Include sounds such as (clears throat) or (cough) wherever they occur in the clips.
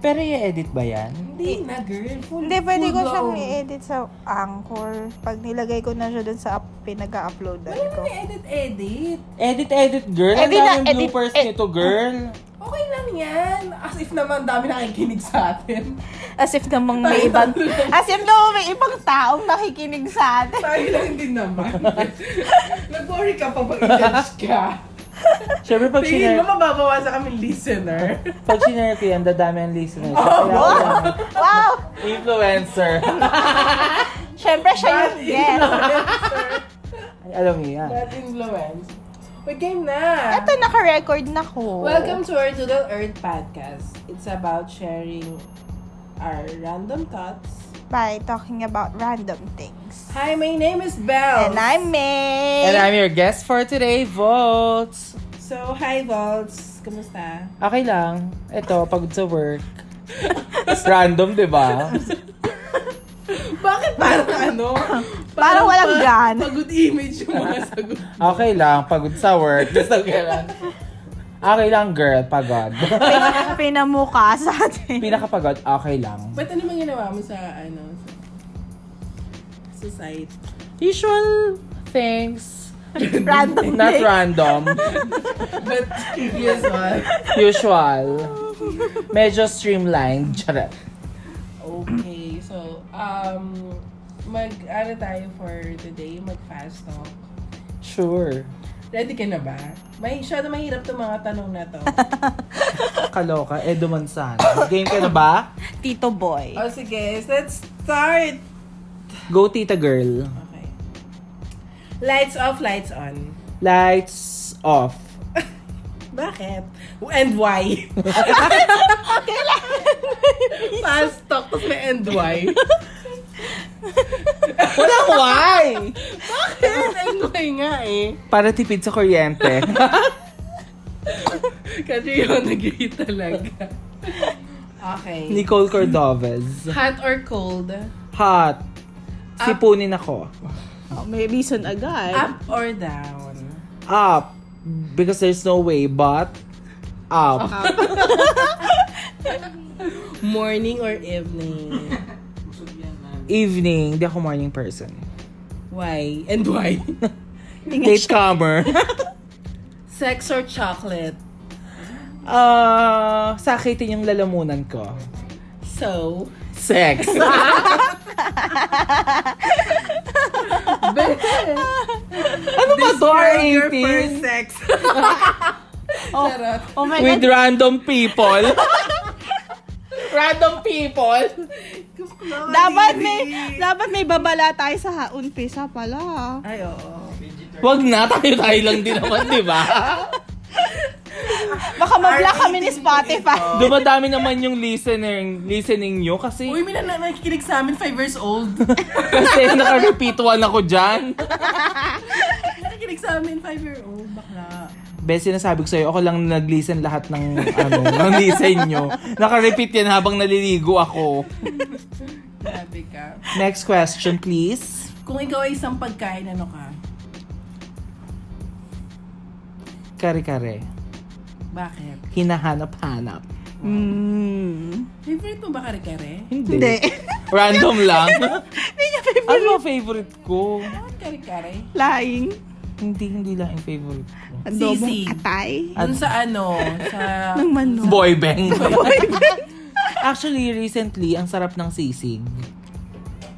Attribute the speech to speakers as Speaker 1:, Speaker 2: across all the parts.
Speaker 1: Pero i-edit ba yan?
Speaker 2: Hindi na, girl. Full,
Speaker 3: Eh, Hindi, pwede
Speaker 2: full
Speaker 3: ko siyang
Speaker 2: go.
Speaker 3: i-edit sa Anchor. Pag nilagay ko na siya dun sa up- pinag-uploadan
Speaker 2: Wala eh.
Speaker 3: ko.
Speaker 2: naman edit, edit.
Speaker 1: Edit, edit, girl. Ang
Speaker 3: Edit na,
Speaker 1: daming
Speaker 3: edit,
Speaker 1: bloopers
Speaker 3: eh.
Speaker 1: nito, girl.
Speaker 2: Okay lang yan. As if naman dami nakikinig sa
Speaker 3: (laughs)
Speaker 2: atin.
Speaker 3: As if namang
Speaker 2: (laughs)
Speaker 3: may ibang... as if namang may ibang taong nakikinig sa
Speaker 2: (laughs)
Speaker 3: atin.
Speaker 2: Tayo lang din
Speaker 3: (laughs)
Speaker 2: naman. Nag-worry ka pa pag i-judge ka.
Speaker 1: Siyempre, pag
Speaker 2: Tingin
Speaker 1: sinare,
Speaker 2: mo mababawasan kami
Speaker 3: (laughs)
Speaker 2: listener.
Speaker 1: pag sinare ko yan, dadami ang listeners.
Speaker 3: Oh,
Speaker 1: Kailangan ko
Speaker 3: Wow!
Speaker 1: ng Influencer.
Speaker 3: Siyempre siya yung
Speaker 2: Bad
Speaker 3: guest.
Speaker 2: influencer.
Speaker 1: Ay, alam niyo yan.
Speaker 2: Bad influence. May game na.
Speaker 3: Ito, naka-record na ko.
Speaker 2: Welcome to our Doodle Earth podcast. It's about sharing our random thoughts.
Speaker 3: By talking about random things.
Speaker 2: Hi, my name is Belle.
Speaker 3: And I'm May.
Speaker 1: And I'm your guest for today, Volts.
Speaker 2: So, hi, Volts. Kamusta?
Speaker 1: Okay lang. Ito, pagod sa work. Random, di ba?
Speaker 2: (laughs) Bakit parang ano?
Speaker 3: Parang walang
Speaker 2: pa-
Speaker 3: gan.
Speaker 2: Pagod image yung mga sagot.
Speaker 1: Okay lang, pagod sa work. Just okay lang. Okay lang, girl. Pagod.
Speaker 3: Pin- pinamuka sa atin.
Speaker 1: Pinakapagod, okay lang.
Speaker 2: Ba't ano bang ginawa mo sa, ano, sa, sa site?
Speaker 1: Usual things.
Speaker 3: Random
Speaker 1: Not
Speaker 3: thing.
Speaker 1: random.
Speaker 2: But previous one.
Speaker 1: Usual. Medyo streamlined. Charot.
Speaker 2: Okay, so, um, mag, ano tayo for today? Mag-fast talk.
Speaker 1: Sure.
Speaker 2: Ready ka na ba? May, masyado mahirap itong mga tanong na to.
Speaker 1: Kaloka. Edo Manzano. Game ka na ba?
Speaker 3: Tito Boy.
Speaker 2: o Oh, sige, let's start!
Speaker 1: Go, tita girl.
Speaker 2: Okay. Lights off, lights on.
Speaker 1: Lights off.
Speaker 2: Bakit? And why? Fast talk, tapos may and (laughs) why.
Speaker 1: Walang why!
Speaker 2: Bakit? and why nga eh.
Speaker 1: Para tipid sa kuryente.
Speaker 2: (laughs)
Speaker 1: (laughs)
Speaker 2: Kasi yun, nag talaga. Okay.
Speaker 1: Nicole Cordovez.
Speaker 2: Hot or cold?
Speaker 1: Hot. Sipunin ako.
Speaker 3: Oh, may reason agad.
Speaker 2: Up or down?
Speaker 1: Up. Because there's no way, but... Up.
Speaker 2: Morning or evening?
Speaker 1: Evening. Di ako morning person.
Speaker 2: Why? And why?
Speaker 1: Late comer. (laughs)
Speaker 2: Sex or chocolate?
Speaker 1: Ah, sakitin yung lalamunan ko.
Speaker 2: (laughs) So,
Speaker 1: Sex. ano ba to,
Speaker 2: your
Speaker 1: 18?
Speaker 2: first (laughs) sex.
Speaker 3: oh,
Speaker 2: Charot.
Speaker 3: oh my
Speaker 1: With
Speaker 3: God.
Speaker 1: random people. random people?
Speaker 3: Dapat may, dapat may babala tayo sa ha- umpisa pala.
Speaker 2: Ay, oo.
Speaker 1: Wag na, tayo-tayo lang din naman, di ba?
Speaker 3: Baka mabla kami ni Spotify.
Speaker 1: Dumadami naman yung listening, listening nyo kasi
Speaker 2: Uy, may na nakikinig sa amin, 5 years old.
Speaker 1: kasi naka-repeat one ako dyan.
Speaker 2: nakikinig sa amin, 5 year old, bakla.
Speaker 1: Bes, sinasabi ko sa'yo, ako lang nag-listen lahat ng, ano, ng listen nyo. Naka-repeat yan habang naliligo ako.
Speaker 2: Grabe ka.
Speaker 1: Next question, please.
Speaker 2: Kung ikaw ay isang pagkain, ano ka?
Speaker 1: Kare-kare.
Speaker 2: Bakit?
Speaker 1: Hinahanap-hanap.
Speaker 3: Mm.
Speaker 2: Favorite mo ba kare-kare?
Speaker 3: Hindi. (laughs)
Speaker 1: Random lang.
Speaker 2: (laughs)
Speaker 3: Hindi niya favorite.
Speaker 1: ano ang favorite ko?
Speaker 2: Bakit kare-kare?
Speaker 3: (laughs) Lying.
Speaker 1: Hindi, hindi lang yung favorite ko.
Speaker 3: Adobong
Speaker 2: Sisig.
Speaker 3: atay.
Speaker 2: Dun sa ano, sa...
Speaker 3: Ng manok.
Speaker 1: Boy (laughs) bang. Actually, recently, ang sarap ng sisig.
Speaker 3: (laughs)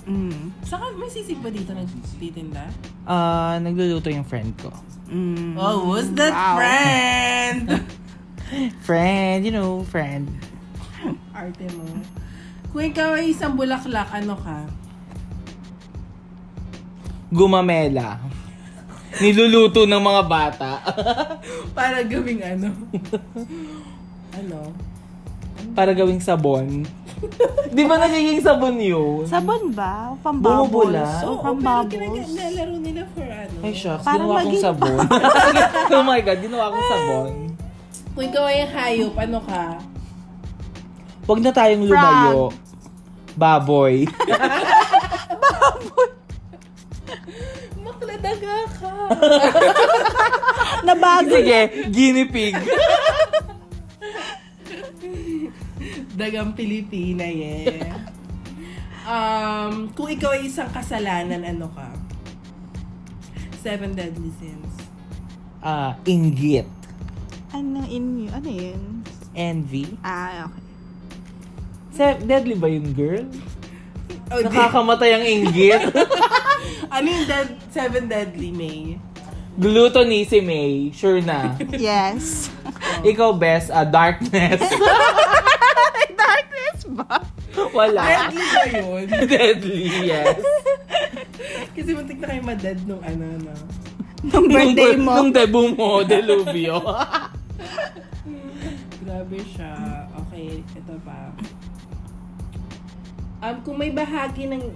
Speaker 3: Mm.
Speaker 2: Saka may sisig ba dito na titinda?
Speaker 1: Ah, nagluluto yung friend ko.
Speaker 3: Mm.
Speaker 2: Oh, who's that
Speaker 3: Wow.
Speaker 2: friend?
Speaker 3: (laughs)
Speaker 1: Friend, you know, friend.
Speaker 2: Arte mo. Kung ikaw ay isang bulaklak, ano ka?
Speaker 1: Gumamela. Niluluto ng mga bata. (laughs)
Speaker 2: Para gawing ano? (laughs) ano?
Speaker 1: Para gawing sabon. (laughs) Di ba nagiging sabon yun?
Speaker 3: Sabon ba? Oh, Pambabol.
Speaker 1: Bumubula.
Speaker 3: So,
Speaker 2: Oo, pero
Speaker 3: pambabol.
Speaker 2: kinagalaro nila for ano?
Speaker 1: Ay, shucks.
Speaker 3: Para
Speaker 1: ginawa kong
Speaker 3: maging- (laughs)
Speaker 1: sabon. (laughs) oh my God, ginawa kong sabon.
Speaker 2: Kung ikaw ay hayop, ano ka?
Speaker 1: Huwag na tayong
Speaker 3: Frog.
Speaker 1: lumayo. Baboy.
Speaker 2: Makladaga ka.
Speaker 3: (laughs) Nabago.
Speaker 1: Sige, guinea pig.
Speaker 2: Dagang Pilipina, yeah. um, kung ikaw ay isang kasalanan, ano ka? Seven deadly sins.
Speaker 1: Ah, inggit.
Speaker 3: Ano in you? Ano yun?
Speaker 1: Envy.
Speaker 3: Ah, okay.
Speaker 1: Se- deadly ba yun, girl?
Speaker 2: Oh, di-
Speaker 1: Nakakamatay ang inggit.
Speaker 2: ano yung dead, seven deadly, May?
Speaker 1: Gluttony si May. Sure na.
Speaker 3: Yes. (laughs)
Speaker 1: Ikaw, best, ah, darkness.
Speaker 3: Darkness ba?
Speaker 1: Wala.
Speaker 2: Deadly ba yun?
Speaker 1: (laughs) deadly, yes.
Speaker 2: Kasi muntik na kayo madead nung ano, no?
Speaker 3: Nung birthday
Speaker 1: Nung-
Speaker 3: mo.
Speaker 1: Nung debut mo, (laughs) Deluvio.
Speaker 2: Grabe siya. Okay, ito pa. Um, kung may bahagi ng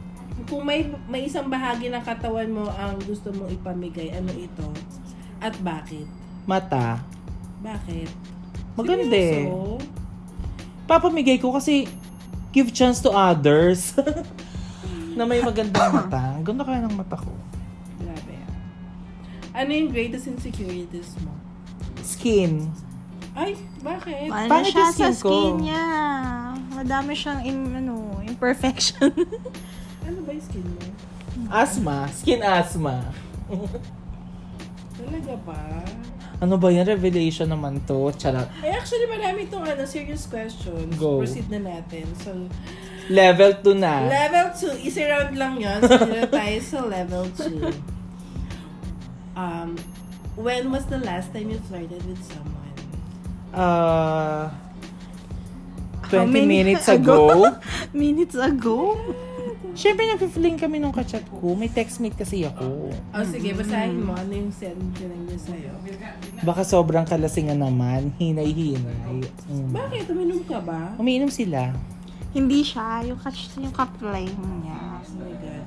Speaker 2: kung may may isang bahagi ng katawan mo ang gusto mong ipamigay, ano ito? At bakit?
Speaker 1: Mata.
Speaker 2: Bakit?
Speaker 1: Maganda eh.
Speaker 2: Seryoso?
Speaker 1: Papamigay ko kasi give chance to others. (laughs) na may magandang mata. Ang Ganda kaya ng mata ko.
Speaker 2: Grabe. Ano yung greatest insecurities mo?
Speaker 1: Skin.
Speaker 2: Ay, bakit?
Speaker 3: Ano
Speaker 1: Pangit
Speaker 3: siya
Speaker 1: yung skin
Speaker 3: sa
Speaker 1: ko.
Speaker 3: skin niya? Madami siyang in, ano, imperfection. (laughs)
Speaker 2: Ano ba yung skin mo?
Speaker 1: Asthma. Skin asthma.
Speaker 2: Talaga ba?
Speaker 1: Ano ba yan? Revelation naman to. Charot.
Speaker 2: Ay, actually, marami itong ano, serious questions.
Speaker 1: Go. Ah.
Speaker 2: Proceed na natin. So,
Speaker 1: Level 2 na.
Speaker 2: Level 2. Easy round lang yun. So, dito tayo sa level 2. Um, when was the last time you flirted with someone?
Speaker 1: Ah...
Speaker 3: How
Speaker 1: 20
Speaker 3: many (laughs)
Speaker 1: minutes ago.
Speaker 3: Minutes ago?
Speaker 1: (laughs) Siyempre, nag-fling kami nung kachat ko. May text mate kasi ako.
Speaker 2: Oh, sige, basahin mo. Ano yung send ko lang niya sa'yo?
Speaker 1: Baka sobrang kalasingan naman. Hinay-hinay. Mm.
Speaker 2: Bakit? Uminom ka ba?
Speaker 1: Umiinom sila.
Speaker 3: Hindi siya. Yung, ka- yung ka-flame niya.
Speaker 2: Oh my God.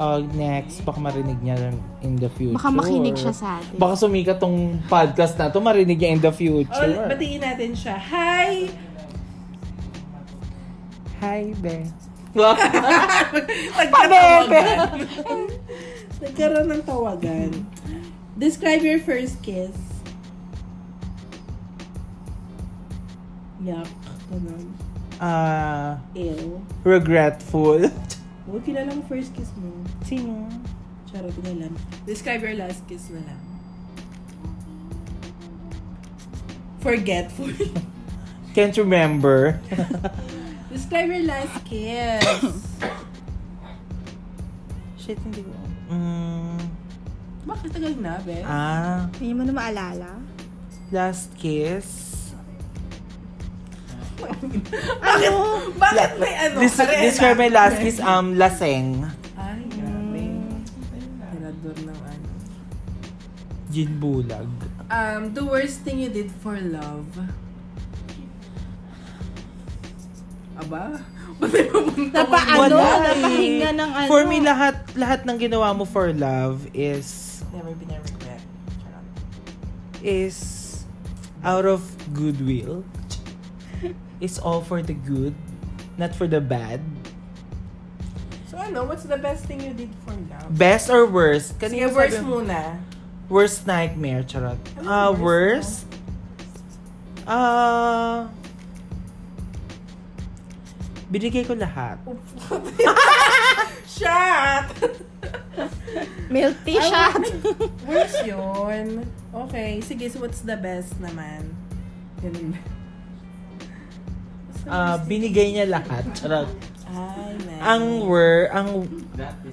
Speaker 1: Uh, next, baka marinig niya in the future.
Speaker 3: Baka makinig siya sa atin.
Speaker 1: Baka sumikat tong podcast na to, marinig niya in the
Speaker 2: Oh,
Speaker 1: future.
Speaker 2: batiin natin siya.
Speaker 1: (laughs)
Speaker 2: Hi!
Speaker 1: Hi, be.
Speaker 2: Nagkaroon ng tawagan. (laughs) Nagkaroon ng tawagan. Describe your first kiss. Yuck. Ganun.
Speaker 1: (laughs) Ah,
Speaker 2: Ew.
Speaker 1: regretful.
Speaker 2: Huwag kilala mo first kiss mo.
Speaker 1: Sino?
Speaker 2: Charot na lang. Describe your last kiss na lang. Forgetful. (laughs)
Speaker 1: Can't remember. (laughs)
Speaker 2: Describe your last kiss.
Speaker 1: (coughs) Shit, hindi ko. Mm,
Speaker 2: Bakit tagal na, be?
Speaker 1: ah,
Speaker 3: Hindi mo na maalala?
Speaker 1: last kiss.
Speaker 2: Bakit? Bakit may ano?
Speaker 1: This,
Speaker 2: Arena.
Speaker 1: describe my last kiss, um, laseng.
Speaker 2: Ay, grabe. Tirador ng ano.
Speaker 1: Gin bulag.
Speaker 2: Um, the worst thing you did for love. Aba? (laughs) Ba't may pupunta
Speaker 3: Napa
Speaker 2: ko?
Speaker 3: ano?
Speaker 1: Wala eh.
Speaker 3: Napahinga ng ano?
Speaker 1: For me, lahat, lahat ng ginawa mo for love is,
Speaker 2: Never been a regret. Charot.
Speaker 1: is out of goodwill. It's all for the good, not for the bad.
Speaker 2: So ano, what's the best thing you did for love?
Speaker 1: Best or worst?
Speaker 2: Sige,
Speaker 1: Kanina
Speaker 2: worst
Speaker 1: sabi-
Speaker 2: (laughs) muna.
Speaker 1: Worst nightmare, charot.
Speaker 2: Ano
Speaker 1: Ah,
Speaker 2: yung
Speaker 1: worst?
Speaker 2: worst
Speaker 1: Ah... binigay ko lahat.
Speaker 2: Shot!
Speaker 3: Milty
Speaker 1: (laughs)
Speaker 3: siya.
Speaker 2: Worst yun. Okay, sige, so what's the best naman? Ganun ba? What's the
Speaker 1: Ah,
Speaker 2: worst thing?
Speaker 1: binigay niya lahat, charot.
Speaker 2: Ay, nice.
Speaker 1: Ang wor, ang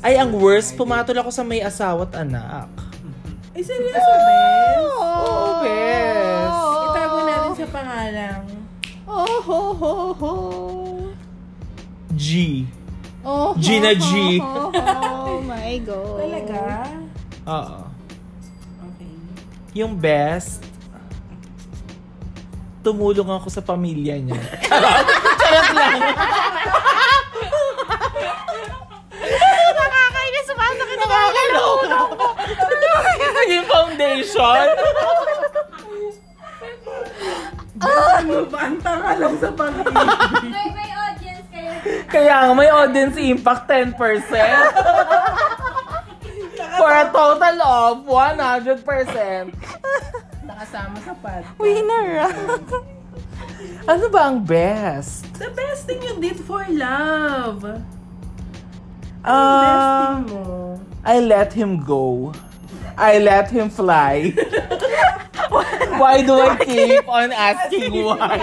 Speaker 1: ay ang worst pumatol ako sa may asawa't anak.
Speaker 2: Ay, seryoso, best?
Speaker 1: Oo, bes.
Speaker 2: Itago natin sa pangalang.
Speaker 3: Oh, ho, ho, ho.
Speaker 1: G.
Speaker 3: Oh, ho,
Speaker 1: Gina
Speaker 3: ho,
Speaker 1: G.
Speaker 3: ho, ho. Oh my God.
Speaker 2: Talaga?
Speaker 1: Oo.
Speaker 2: Okay.
Speaker 1: Yung best tumulong ako sa pamilya niya.
Speaker 3: Nakakainis. Sumasakit ang kakalaw.
Speaker 1: Naging foundation.
Speaker 2: Ano ba? Ang tanga lang sa (laughs) pangalan.
Speaker 4: may, may audience (laughs) kayo.
Speaker 1: Kaya nga may audience impact 10%. For a total of 100%.
Speaker 2: Nakasama sa podcast.
Speaker 3: Winner. ah.
Speaker 1: Ano ba ang best?
Speaker 2: The best thing you did for love. best thing
Speaker 1: Ah,
Speaker 2: mo.
Speaker 1: I let him go. I let him fly. why do I keep on asking why?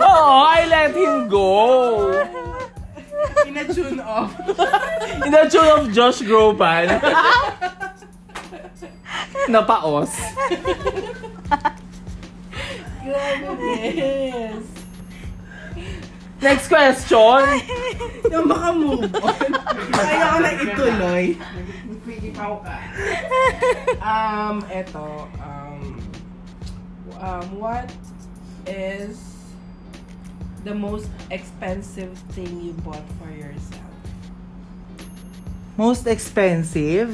Speaker 1: Oo, I let him go.
Speaker 2: (laughs) Ina-tune (laughs) off.
Speaker 1: In the tune of Josh Groban. (laughs) Napaos.
Speaker 2: yes.
Speaker 1: Next question.
Speaker 2: Nang makamove on. Ayoko na ituloy. Nagpigipaw ka. Um, eto. Um, um, what is the most expensive thing you bought for yourself?
Speaker 1: Most expensive?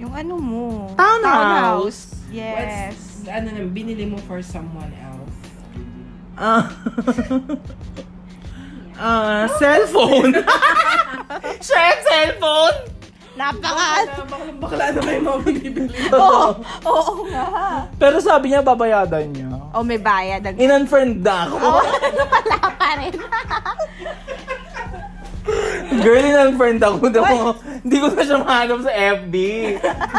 Speaker 3: Yung ano mo?
Speaker 1: Townhouse.
Speaker 3: Yes.
Speaker 2: What's, ano nang binili mo for someone else?
Speaker 1: (laughs) Ah. Ah, cellphone. Siya yung cellphone?
Speaker 3: (laughs) Napaka...
Speaker 2: bakla, bakla na ano kayo mga binibili.
Speaker 3: Oo, Oh, oo nga.
Speaker 1: (laughs) Pero sabi niya, babayadan niya.
Speaker 3: O may bayad. Ang... (laughs)
Speaker 1: In-unfriend na ako.
Speaker 3: Oh, wala pa rin.
Speaker 1: Girl, in-unfriend ako. Hindi ko na siya mahanap sa FB.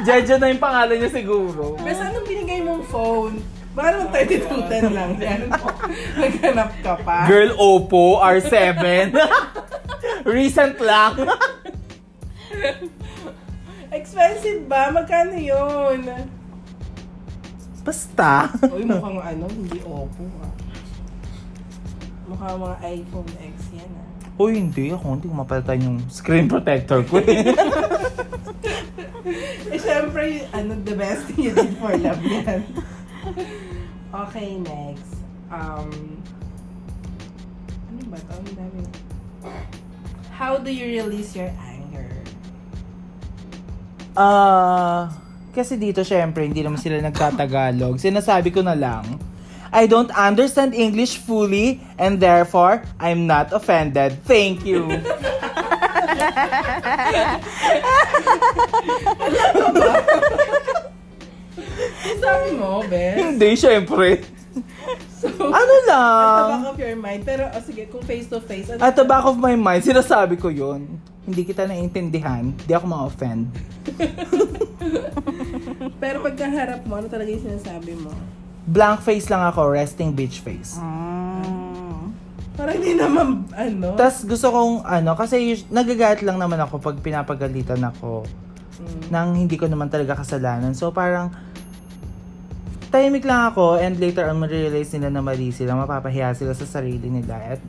Speaker 1: Jejo na yung pangalan niya siguro.
Speaker 2: Basta anong binigay mong phone? Parang 3210 lang. Yan. Maghanap ka pa.
Speaker 1: Girl, Oppo, R7. (laughs) Recent lang.
Speaker 2: (laughs) Expensive ba? Magkano yun?
Speaker 1: Basta.
Speaker 2: Uy, mukhang ano, hindi Oppo ah. Mukhang mga iPhone X yan ah. (laughs)
Speaker 1: Uy, hindi. Ako hindi ko mapalitan yung screen protector ko. eh.
Speaker 2: Eh, syempre, ano, the best thing you did for love yan. (laughs) Okay, next. Um, ano ba to? Ang dami. How do you release your anger?
Speaker 1: (laughs) Ah, kasi dito syempre hindi naman sila nagtatagalog. Sinasabi ko na lang, I don't understand English fully and therefore I'm not offended. Thank you.
Speaker 2: Sabi mo, best. Ah.
Speaker 1: hindi syempre.
Speaker 2: (laughs) So,
Speaker 1: Ano
Speaker 2: at the
Speaker 1: lang?
Speaker 2: back of your mind. Pero, oh, sige, kung face to face, ano?
Speaker 1: At the back of my mind, sinasabi ko yun. Hindi kita naiintindihan. Hindi ako ma-offend.
Speaker 2: pero pagkaharap mo, ano talaga yung sinasabi mo?
Speaker 1: Blank face lang ako, resting bitch face.
Speaker 2: Parang hindi naman, ano?
Speaker 1: Tapos gusto kong ano, kasi us- nagagalit lang naman ako pag pinapagalitan ako nang hindi ko naman talaga kasalanan. So parang tahimik lang ako and later on ma-realize nila na mali sila, mapapahiya sila sa sarili nila at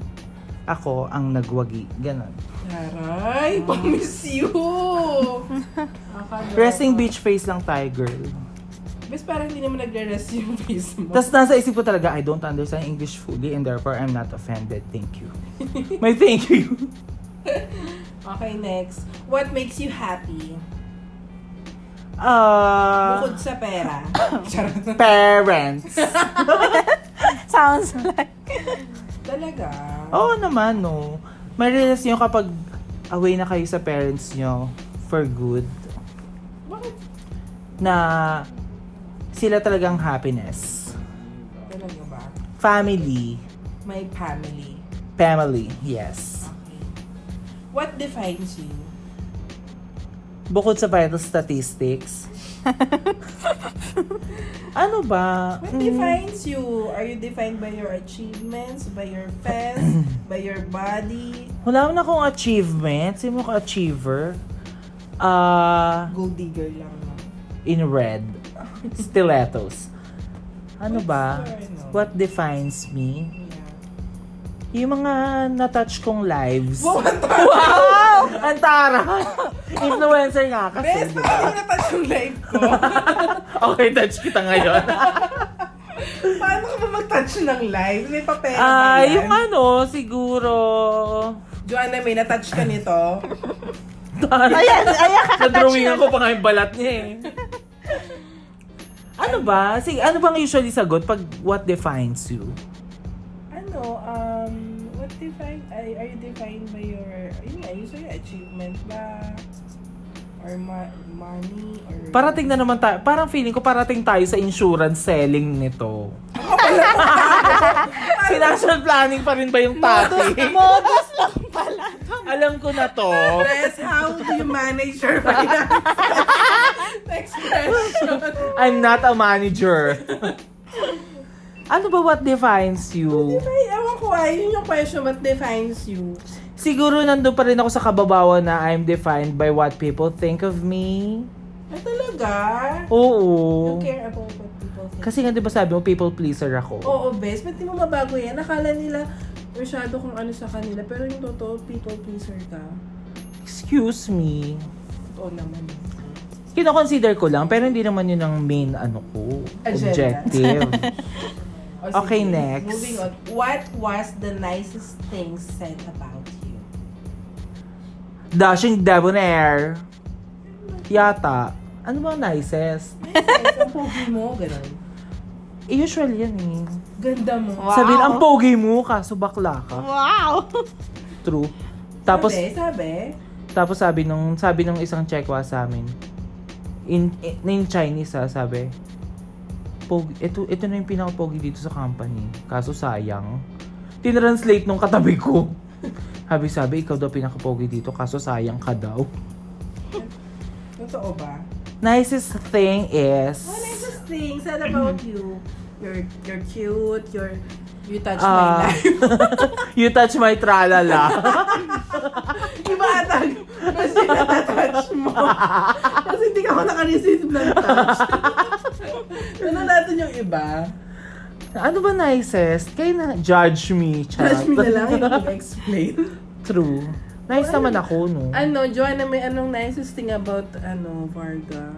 Speaker 1: ako ang nagwagi. Ganon.
Speaker 2: Taray, promise you!
Speaker 1: Resting beach face lang tayo, girl.
Speaker 2: Bes, parang hindi naman nagre-rest yung face mo.
Speaker 1: Tapos nasa isip ko talaga, I don't understand English fully and therefore I'm not offended. Thank you. May thank you.
Speaker 2: (laughs) Okay, next. What makes you happy?
Speaker 1: Ah,
Speaker 2: Bukod
Speaker 1: (laughs)
Speaker 2: sa pera. Charot.
Speaker 1: parents.
Speaker 3: (laughs) Sounds like...
Speaker 2: Talaga.
Speaker 1: Oo naman, no. Marirealize nyo kapag away na kayo sa parents nyo for good
Speaker 2: Bakit?
Speaker 1: na sila talagang happiness.
Speaker 2: Talaga ba?
Speaker 1: Family.
Speaker 2: My family.
Speaker 1: Family, yes.
Speaker 2: Okay. What defines you?
Speaker 1: Bukod sa vital statistics. ano ba? Mm,
Speaker 2: What defines you? Are you defined by your achievements? By your fest?
Speaker 1: (clears throat)
Speaker 2: by your body?
Speaker 1: wala na akong achievement. Sino ko achiever? Ah,
Speaker 2: Gold digger lang. no?
Speaker 1: in red. (laughs) Stilettos. Ano ba? What defines me?
Speaker 2: Yeah.
Speaker 1: Yung mga na-touch kong lives.
Speaker 2: Wow, ang taray!
Speaker 1: Wow! Ang tara! Influencer nga
Speaker 2: Bes,
Speaker 1: kasi. di
Speaker 2: parang
Speaker 1: ba?
Speaker 2: hindi ko na-touch yung life (laughs) ko.
Speaker 1: (laughs) okay, touch kita
Speaker 3: (laughs)
Speaker 1: ngayon.
Speaker 2: Paano ka ba mag-touch ng life? May papel
Speaker 1: Ah,
Speaker 2: ba yan?
Speaker 1: yung ano, siguro...
Speaker 2: Joanna, may na-touch ka nito.
Speaker 3: Ayan, ayan, kakatouch
Speaker 1: Na-drawing
Speaker 3: na.
Speaker 1: ako pa nga yung balat niya eh. Ano ba? Sige, ano bang usually sagot pag what defines you?
Speaker 2: (laughs) ano, um, what define, are, are you defined by your, yun nga, usually achievement ba? Or ma- money? Or...
Speaker 1: Parating na naman tayo. Parang feeling ko parating tayo sa insurance selling nito.
Speaker 2: (laughs)
Speaker 1: Financial planning pa rin ba yung topic?
Speaker 3: Modus lang pala.
Speaker 1: Alam ko na to.
Speaker 2: Yes, how do you manage your finance? (laughs) Next (laughs) question.
Speaker 1: I'm not a manager. ano ba what defines you?
Speaker 2: Ay, ewan ko ah, yun yung question, what defines you?
Speaker 1: Siguro nandun pa rin ako sa kababawan na I'm defined by what people think of me.
Speaker 2: Ay, Ah, talaga? You
Speaker 1: Oo.
Speaker 2: care about what people think.
Speaker 1: Kasi nga di ba sabi mo, people pleaser
Speaker 3: Oh.
Speaker 1: ako.
Speaker 2: Oo, best. Ba't di mo mabago yan? Akala nila, masyado kung ano sa kanila. Pero yung totoo, people pleaser ka.
Speaker 1: Excuse me.
Speaker 2: Totoo naman.
Speaker 1: Kino-consider ko lang, pero hindi naman yun ang main ano ko.
Speaker 2: Agenda.
Speaker 1: Objective.
Speaker 2: O,
Speaker 1: Okay,
Speaker 2: sige,
Speaker 1: next.
Speaker 2: Moving on. What was the nicest thing said about you?
Speaker 1: Dashing debonair. Yata. Ano ba ang nicest?
Speaker 2: Nicest, ang pogi mo, ganun.
Speaker 1: Eh, usual yan eh.
Speaker 2: Ganda mo.
Speaker 3: Wow.
Speaker 1: Sabihin, ang pogi mo, kaso bakla ka.
Speaker 3: Wow!
Speaker 1: True. Tapos,
Speaker 2: sabi, sabi.
Speaker 1: Tapos sabi nung sabi nung isang Chekwa sa amin. In, in, in Chinese ha, sabi. Pog, ito, ito na yung pinaka-pogi dito sa company. Kaso sayang. Tinranslate nung katabi ko. Habi sabi, ikaw daw pinaka-pogi dito, kaso sayang ka daw.
Speaker 2: Totoo ba?
Speaker 1: Nicest thing is...
Speaker 2: What nicest thing said about you? You're, you're cute, you're, you touch
Speaker 1: Ah.
Speaker 2: my life.
Speaker 1: (laughs) you touch my tralala.
Speaker 2: Iba atag. Kasi natatouch mo. Kasi hindi ka ako nakareceive ng touch. ano natin yung iba?
Speaker 1: ano ba nicest? Kayo na, judge me.
Speaker 2: Touch
Speaker 1: Charot.
Speaker 2: me na lang, hindi ko explain.
Speaker 1: (laughs) True. Nice naman ako, no?
Speaker 2: ano, Joanna, may anong nicest thing about, ano, Varga?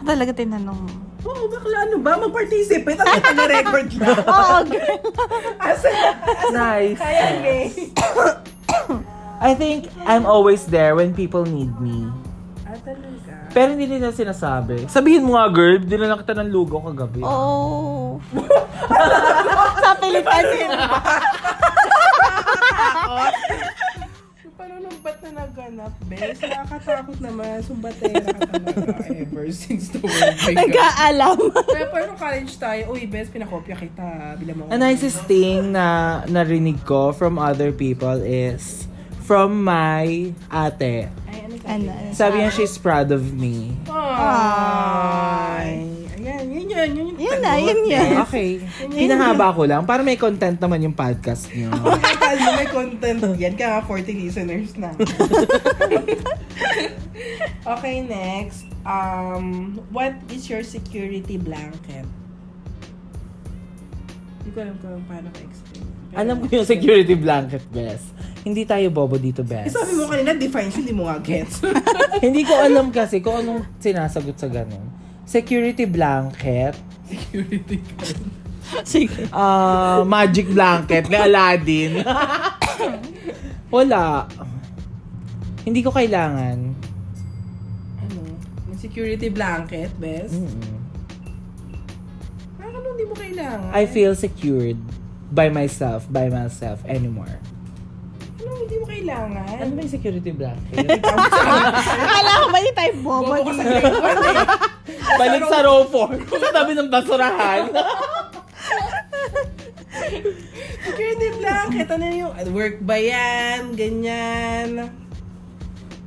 Speaker 3: Talaga tinanong mo.
Speaker 2: Wow, bakla, ano ba? Mag-participate at taga-record na.
Speaker 3: Oo, girl.
Speaker 2: Asa,
Speaker 1: nice.
Speaker 2: kaya ni.
Speaker 1: I think I'm always there when people need me.
Speaker 2: Ah, talaga?
Speaker 1: Pero hindi nila sinasabi. Sabihin mo nga, girl, dinala kita ng lugaw kagabi.
Speaker 3: Oo. Sa Pilipinas.
Speaker 2: Paano nung ba't na naganap, bes? Nakakatakot naman. Sumbatera ka talaga ever since the world began.
Speaker 3: Nag-aalam.
Speaker 2: Kaya paano college tayo? Uy, bes, pinakopya kita. Bilang mga...
Speaker 1: Ang nicest thing na narinig ko from other people is from my ate.
Speaker 2: Ay, ano sabi?
Speaker 3: Ano?
Speaker 1: Sabi niya, she's proud of me.
Speaker 2: Ay. Ayan, yun yun. Yun, yung
Speaker 3: Yun na,
Speaker 2: tagot.
Speaker 3: yun yun.
Speaker 1: Okay. Pinahaba ko lang para may content naman yung podcast niyo.
Speaker 2: (laughs) Total na (laughs) may content yan. Kaya nga 40 listeners na. (laughs) okay, next. Um, what is your security blanket? Hindi ko alam kung paano ka-explain. Pero-
Speaker 1: Alam ko yung security blanket, best. Hindi tayo bobo dito,
Speaker 2: Eh,
Speaker 1: best.
Speaker 2: sabi mo kanina, define hindi mo nga gets.
Speaker 1: (laughs) Hindi ko alam kasi kung anong sinasagot sa ganun. Security blanket.
Speaker 2: security
Speaker 3: Sige.
Speaker 1: Ah, magic blanket ni Aladdin.
Speaker 2: (coughs)
Speaker 1: Wala. Hindi ko kailangan.
Speaker 2: Ano? May security blanket, best?
Speaker 1: Mm-mm.
Speaker 2: Parang ano, hindi mo kailangan.
Speaker 1: I feel secured by myself, by myself anymore.
Speaker 2: Ano, hindi mo kailangan?
Speaker 1: Ano ba yung security
Speaker 2: (laughs)
Speaker 1: blanket? (laughs)
Speaker 3: Akala ko ba yung type bobo?
Speaker 2: Bobo ka sa grade one, eh.
Speaker 1: Balik sa row 4. Sa tabi ng basurahan.
Speaker 2: (laughs) Security blanket, ano yung work ba yan? Ganyan.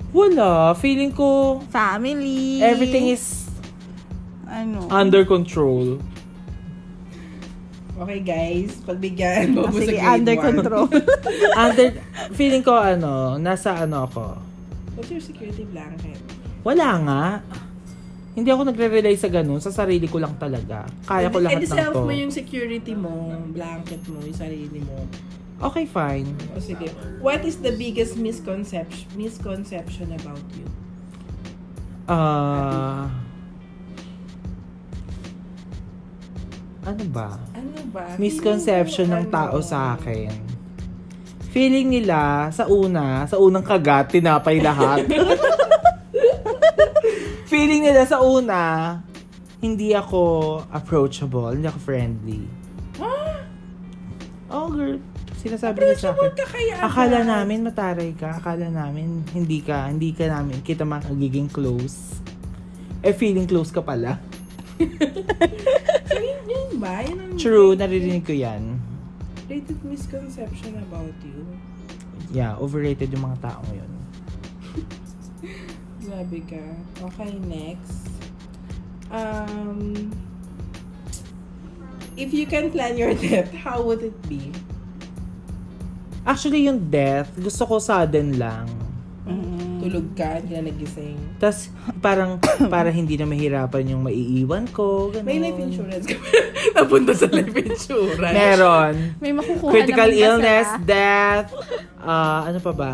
Speaker 1: Wala. Feeling ko
Speaker 3: Family.
Speaker 1: everything is
Speaker 3: Ano?
Speaker 1: under control.
Speaker 2: Okay guys, pagbigyan mo
Speaker 3: Ah,
Speaker 2: po sa
Speaker 3: Sige,
Speaker 2: grade
Speaker 3: under
Speaker 2: one.
Speaker 1: (laughs)
Speaker 3: control.
Speaker 1: Under, feeling ko ano, nasa ano ako.
Speaker 2: What's your security blanket?
Speaker 1: Wala nga. Hindi ako nagre-rely sa ganun. Sa sarili ko lang talaga. Kaya ko lahat
Speaker 2: Eh,
Speaker 1: ng
Speaker 2: self
Speaker 1: to.
Speaker 2: mo yung security mo, blanket mo, yung sarili mo.
Speaker 1: Okay, fine.
Speaker 2: O sige, what is the biggest misconception misconception about you?
Speaker 1: Ah... ano ba?
Speaker 2: Ano ba?
Speaker 1: Misconception ng
Speaker 2: Feeling mo,
Speaker 1: tao
Speaker 2: ano,
Speaker 1: sa akin. Feeling nila, sa una, sa unang kagat, tinapay
Speaker 2: (laughs)
Speaker 1: lahat. Feeling nila sa una, hindi ako approachable, hindi ako friendly.
Speaker 2: Ah!
Speaker 1: Oh, girl. Sinasabi niya Ano sa
Speaker 2: Approachable
Speaker 1: akin.
Speaker 2: ka kaya.
Speaker 1: Akala namin mataray ka. Akala namin hindi ka, hindi ka namin kita magiging close. Eh, feeling close ka pala.
Speaker 2: So, yun, yun ba? Yun ang
Speaker 1: True, naririnig ko yan.
Speaker 2: Rated misconception about you.
Speaker 1: Yeah, overrated yung mga tao ngayon.
Speaker 2: Grabe ka. Okay, next. Um, if you can plan your (laughs) death, how would it be?
Speaker 1: Actually, yung death, gusto ko sudden lang. Mm.
Speaker 2: Tulog ka, hindi na nagising.
Speaker 1: Tapos, parang, para hindi na mahirapan yung maiiwan ko. Ganun.
Speaker 2: May life insurance ka ba? (laughs) Napunta sa life insurance.
Speaker 1: Meron.
Speaker 3: May makukuha
Speaker 1: Critical
Speaker 3: naman ba
Speaker 1: illness,
Speaker 3: sila?
Speaker 1: death, ah, ano pa ba?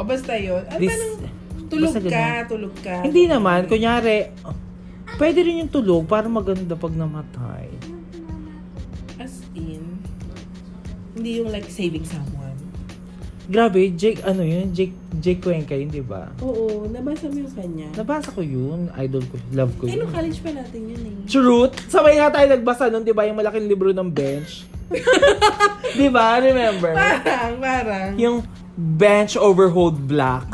Speaker 2: O basta yun. At
Speaker 1: This-
Speaker 2: anong, tulog
Speaker 1: basta
Speaker 2: ka,
Speaker 1: ganun.
Speaker 2: tulog ka.
Speaker 1: Hindi naman. Kunyari, pwede rin yung tulog para maganda pag namatay.
Speaker 2: As in, hindi yung like saving someone.
Speaker 1: Grabe, Jake, ano yun? Jake, Jake Cuenca yun, di ba?
Speaker 2: Oo, nabasa mo yung kanya.
Speaker 1: Nabasa ko yun. Idol ko. Love ko
Speaker 2: Eh,
Speaker 1: yun.
Speaker 2: no college pa natin yun eh.
Speaker 1: Truth. Sabay nga tayo nagbasa nun, di ba? Yung malaking libro ng
Speaker 2: (laughs)
Speaker 1: bench. di ba? Remember?
Speaker 2: Parang, parang.
Speaker 1: Yung bench over hold black.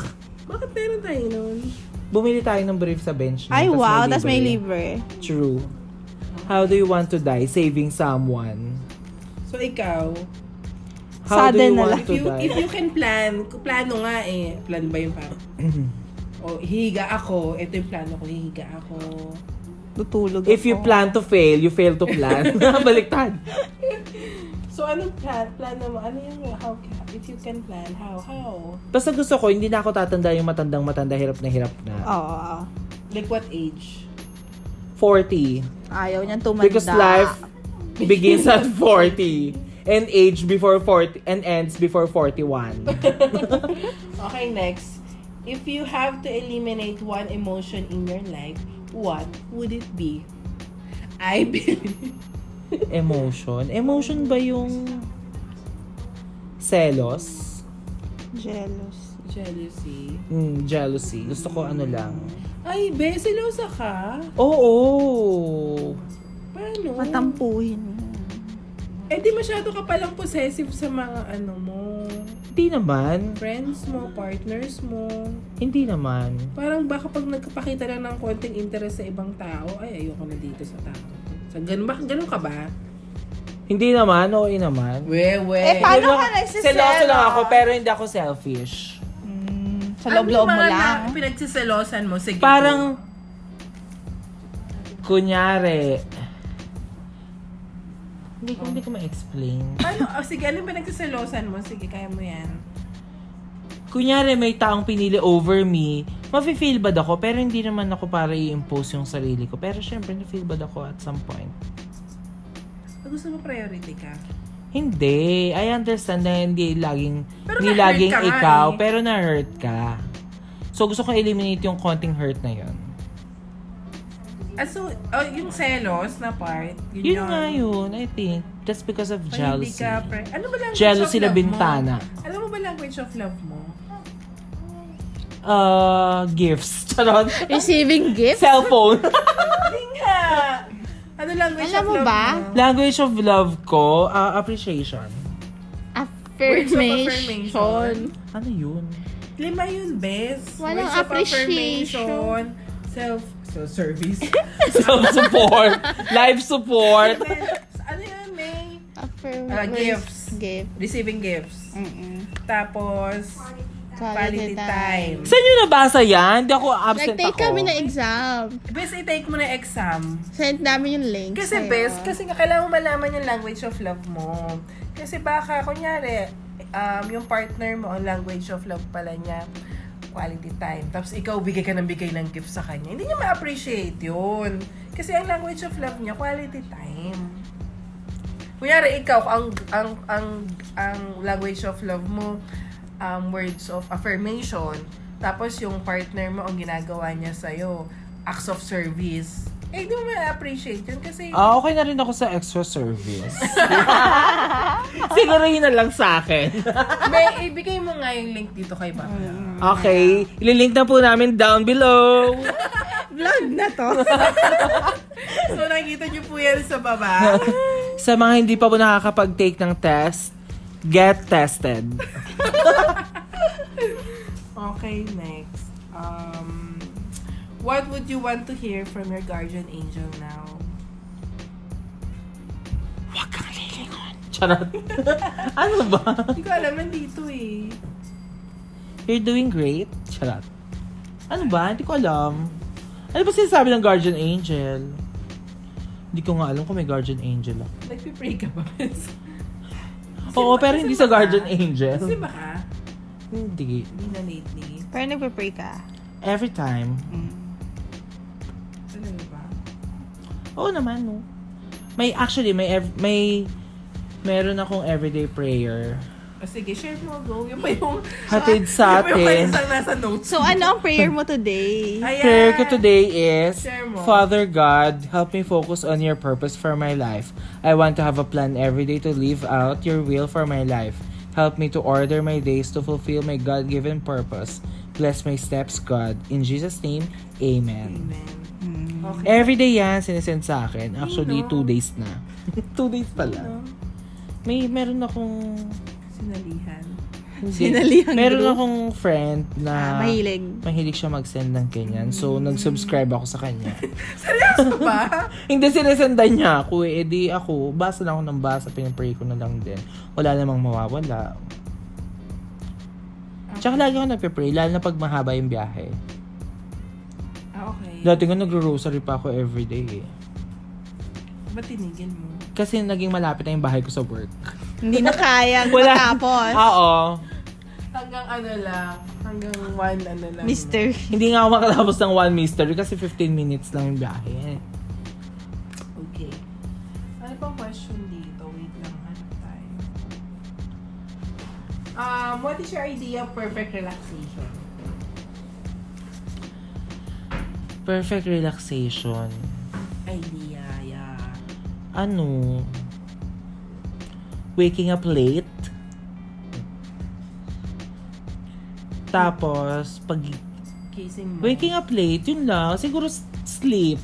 Speaker 2: Bakit meron tayo nun?
Speaker 1: Bumili tayo ng brief sa bench. nun,
Speaker 3: Ay,
Speaker 1: tas
Speaker 3: wow. Tapos may
Speaker 1: libre.
Speaker 3: libre.
Speaker 1: True. How do you want to die? Saving someone.
Speaker 2: So, ikaw,
Speaker 1: How do
Speaker 3: Sudden
Speaker 1: you
Speaker 3: na
Speaker 1: want
Speaker 3: lang.
Speaker 2: if
Speaker 1: to
Speaker 2: you,
Speaker 1: die?
Speaker 2: if you can plan, plano nga eh. Plan ba yung parang? o, hihiga ako. Ito yung plano ko, hihiga ako.
Speaker 3: Tutulog
Speaker 1: If you
Speaker 3: ako.
Speaker 1: plan to fail, you fail to
Speaker 3: (laughs)
Speaker 1: plan. (laughs) Baliktad.
Speaker 2: So, anong plan, plano mo? Ano yung, how, ca- if you can plan, how, how?
Speaker 1: Basta gusto ko, hindi na ako tatanda yung matandang matanda, hirap na hirap na.
Speaker 3: Oo. oo.
Speaker 2: Like what age?
Speaker 1: 40.
Speaker 3: Ayaw niya tumanda.
Speaker 1: Because life begins at 40. And age before 40, and ends
Speaker 3: (laughs)
Speaker 1: before 41.
Speaker 2: (laughs) Okay, next. If you have to eliminate one emotion in your life, what would it be? I believe. (laughs)
Speaker 1: Emotion. Emotion ba yung... Selos?
Speaker 3: Jealous.
Speaker 2: Jealousy.
Speaker 1: Mm, jealousy. Gusto ko ano lang.
Speaker 2: Ay, be, silosa ka?
Speaker 1: Oo!
Speaker 2: Paano?
Speaker 3: Matampuhin.
Speaker 2: Eh, di masyado ka palang possessive sa mga ano mo.
Speaker 1: Hindi naman.
Speaker 2: Friends mo, partners mo.
Speaker 1: Hindi naman.
Speaker 2: Parang baka pag nagkapakita lang ng konting interest sa ibang tao, ay, ayoko na dito sa tao. So, ganun, ba, ganun ka ba?
Speaker 1: Hindi naman. Oo naman.
Speaker 2: Wewe.
Speaker 3: Eh, paano
Speaker 1: Ano
Speaker 3: ka nagsiselos?
Speaker 1: Seloso lang ako, pero hindi ako selfish.
Speaker 3: Mm, sa
Speaker 2: Ano
Speaker 3: loob-loob
Speaker 2: yung
Speaker 3: mo
Speaker 2: mga
Speaker 3: lang.
Speaker 2: Na, pinagsiselosan mo, sige.
Speaker 1: Parang, kunyari, hindi ko, hindi ko ma-explain.
Speaker 2: Ano? Oh, sige, ano yung pinagsiselosan mo? Sige, kaya mo yan.
Speaker 1: Kunyari, may taong pinili over me, mafe-feel bad ako, pero hindi naman ako para i-impose yung sarili ko. Pero syempre, na-feel bad ako at some point.
Speaker 2: Ah, Gusto mo priority ka?
Speaker 1: Hindi. I understand na hindi laging,
Speaker 2: Pero
Speaker 1: hindi
Speaker 2: na-hurt
Speaker 1: laging
Speaker 2: ka nga
Speaker 1: ikaw,
Speaker 2: eh.
Speaker 1: pero na-hurt ka. So, gusto ko eliminate yung konting hurt na yun.
Speaker 2: Ah, so, oh, yung selos na part, yun,
Speaker 1: Yun nga yun, I think. Just because of
Speaker 2: Pag
Speaker 1: jealousy.
Speaker 2: Hindi ka pre- ano ba language
Speaker 1: Jealousy
Speaker 2: of love
Speaker 1: na bintana.
Speaker 2: Mo? Alam mo ba language of love mo? (laughs)
Speaker 1: Uh, gifts. (laughs) Charot.
Speaker 2: oh.
Speaker 3: Receiving
Speaker 2: (laughs)
Speaker 3: gift?
Speaker 1: Cellphone. (laughs)
Speaker 2: Hindi nga! Ano language
Speaker 3: Alam
Speaker 2: of
Speaker 3: mo
Speaker 2: love
Speaker 3: ba?
Speaker 2: mo?
Speaker 1: Language of love ko, uh, appreciation.
Speaker 2: Words of affirmation.
Speaker 3: Affirmation.
Speaker 1: Ano yun? (laughs)
Speaker 2: Lima yun, best.
Speaker 3: Walang
Speaker 2: Words of
Speaker 3: appreciation.
Speaker 2: affirmation, Self, so service.
Speaker 1: Self-support. Life support.
Speaker 2: (laughs) ano yun, May?
Speaker 3: Affirmation.
Speaker 2: Ah, gifts.
Speaker 3: Gift.
Speaker 2: Receiving gifts.
Speaker 3: Mm-mm.
Speaker 2: Tapos,
Speaker 3: Quality
Speaker 2: quality
Speaker 3: time.
Speaker 2: time.
Speaker 1: Saan nyo nabasa yan? Hindi ako absent
Speaker 3: Nag-take
Speaker 1: ako.
Speaker 3: kami ng exam.
Speaker 2: Best, i-take mo na exam.
Speaker 3: Send namin yung link
Speaker 2: Kasi
Speaker 3: sa'yo.
Speaker 2: best, kasi nga kailangan mo malaman yung language of love mo. Kasi baka, kunyari, um, yung partner mo, ang language of love pala niya, quality time. Tapos ikaw, bigay ka ng bigay ng gift sa kanya. Hindi niya ma-appreciate yun. Kasi ang language of love niya, quality time. Kunyari, ikaw, ang, ang, ang, ang language of love mo, um, words of affirmation. Tapos yung partner mo, ang ginagawa niya sa'yo, acts of service. Eh, di mo ma-appreciate yun kasi...
Speaker 1: Ah, okay na rin ako sa extra (laughs) service. Siguro yun na lang sa (laughs) akin.
Speaker 2: May, ibigay mo nga yung link dito kay Papa.
Speaker 1: Mm. Okay, ililink na po namin down below.
Speaker 3: Vlog na to.
Speaker 2: So, nakikita niyo po yan sa baba.
Speaker 1: Sa mga hindi pa po nakakapag-take ng test, get tested.
Speaker 2: Okay, next. Um, what would you want to hear from your guardian angel now?
Speaker 1: Huwag kang lilingon. Charot. ano ba?
Speaker 2: Hindi ko alam, nandito eh.
Speaker 1: You're doing great. Charot. Ano ba? Hindi ko alam. Ano ba sinasabi ng guardian angel? Hindi ko nga alam kung may guardian angel ako.
Speaker 2: Nagpipray ka ba?
Speaker 1: (laughs) Oo, pero hindi sa guardian angel.
Speaker 2: Kasi baka,
Speaker 1: Hindi.
Speaker 2: hindi na lately.
Speaker 3: (laughs) Pero nagpe-pray ka.
Speaker 1: Every time.
Speaker 2: Talaga ba?
Speaker 1: Oo naman, no. May, actually, may, ev- may, meron akong everyday prayer.
Speaker 2: O sige, share mo go. Yung pa yung...
Speaker 1: Hatid sa
Speaker 2: (laughs) Yung pa yung
Speaker 1: atin.
Speaker 2: isang nasa notes.
Speaker 3: So, ano ang prayer mo today?
Speaker 2: Ayan.
Speaker 1: Prayer ko today is,
Speaker 2: Share mo.
Speaker 1: Father God, help me focus on your purpose for my life. I want to have a plan every day to live out your will for my life. Help me to order my days to fulfill my God-given purpose. Bless my steps, God. In Jesus' name, Amen.
Speaker 2: Amen.
Speaker 1: Hmm.
Speaker 2: Okay.
Speaker 1: Every day yan, sinisend sa akin. Actually,
Speaker 2: Sino?
Speaker 1: two days na. (laughs) two days pala.
Speaker 2: Ano?
Speaker 1: May, meron akong...
Speaker 2: Sinalihan.
Speaker 1: Hindi.
Speaker 3: Sinalihan
Speaker 1: Meron
Speaker 3: group.
Speaker 1: akong friend
Speaker 3: Ah,
Speaker 1: na...
Speaker 3: mahilig.
Speaker 1: mahilig siya mag-send ng ganyan. So, nag-subscribe ako sa kanya. (laughs)
Speaker 2: Seryoso ba?
Speaker 1: Hindi sinesendan niya ako eh. Eh, di ako, basa lang ako ng basa, pinapray ko na lang din. Wala namang mawawala. Tsaka lagi ako nagpe-pray, lalo na pag mahaba yung biyahe.
Speaker 2: ah, okay.
Speaker 1: Dati ko nagro-rosary pa ako everyday eh.
Speaker 2: Ba't tinigil mo?
Speaker 1: Kasi naging malapit na yung bahay ko sa work.
Speaker 3: Hindi na (laughs) kaya
Speaker 1: Wala.
Speaker 3: matapos.
Speaker 1: Oo.
Speaker 2: Hanggang ano lang. Hanggang one ano lang.
Speaker 3: Mister.
Speaker 1: Hindi nga ako makatapos ng one mystery kasi 15 minutes lang yung biyahe.
Speaker 2: Okay. Ano pang question dito? Wait lang. Ano tayo? Um, what is your idea of perfect relaxation?
Speaker 1: Perfect relaxation.
Speaker 2: Idea, yeah.
Speaker 1: Ano? Waking up late. Tapos, pag
Speaker 2: Kissing mo.
Speaker 1: Waking up late, yun lang. Siguro s- sleep.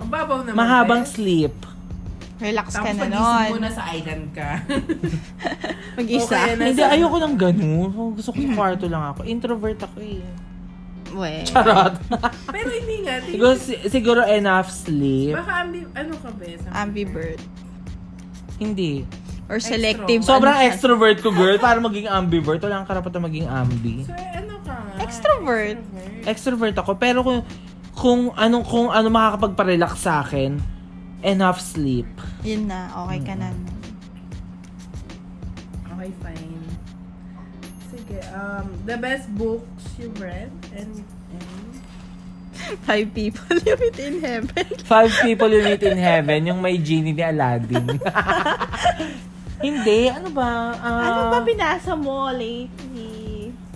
Speaker 2: Ang babaw naman.
Speaker 1: Mahabang
Speaker 2: eh.
Speaker 1: sleep.
Speaker 3: Relax ka na
Speaker 2: Tapos pagising mo
Speaker 3: nun.
Speaker 2: na sa island ka. (laughs)
Speaker 3: Mag-isa.
Speaker 2: Okay na.
Speaker 1: Hindi,
Speaker 2: Nasa-
Speaker 1: ayoko ng ganun. Gusto ko
Speaker 2: (laughs)
Speaker 1: yung kwarto lang ako. Introvert ako eh.
Speaker 3: Weh.
Speaker 1: Charot.
Speaker 2: Pero hindi nga. di-
Speaker 1: siguro, si- siguro enough sleep.
Speaker 2: Baka ambi, ano ka ba?
Speaker 3: Ambivert.
Speaker 1: Hindi.
Speaker 3: Or selective.
Speaker 2: Extro.
Speaker 1: Sobrang
Speaker 3: Ano siya?
Speaker 1: extrovert ko, girl. Para maging ambivert. Wala kang karapatan maging ambi.
Speaker 2: So, eh, ano ka? nga?
Speaker 3: Extrovert.
Speaker 2: Extrovert.
Speaker 1: Extrovert ako. Pero kung, kung anong kung ano makakapagparelax sa akin, enough sleep.
Speaker 3: Yun na. Okay ka na. nun.
Speaker 2: Okay, fine. Sige, um, the best books you've read and, and
Speaker 3: Five people (laughs) you meet in heaven.
Speaker 1: Five people you meet in heaven, yung may genie ni Aladdin. (laughs) Hindi, ano ba? Ah,
Speaker 3: ano ba binasa mo lately?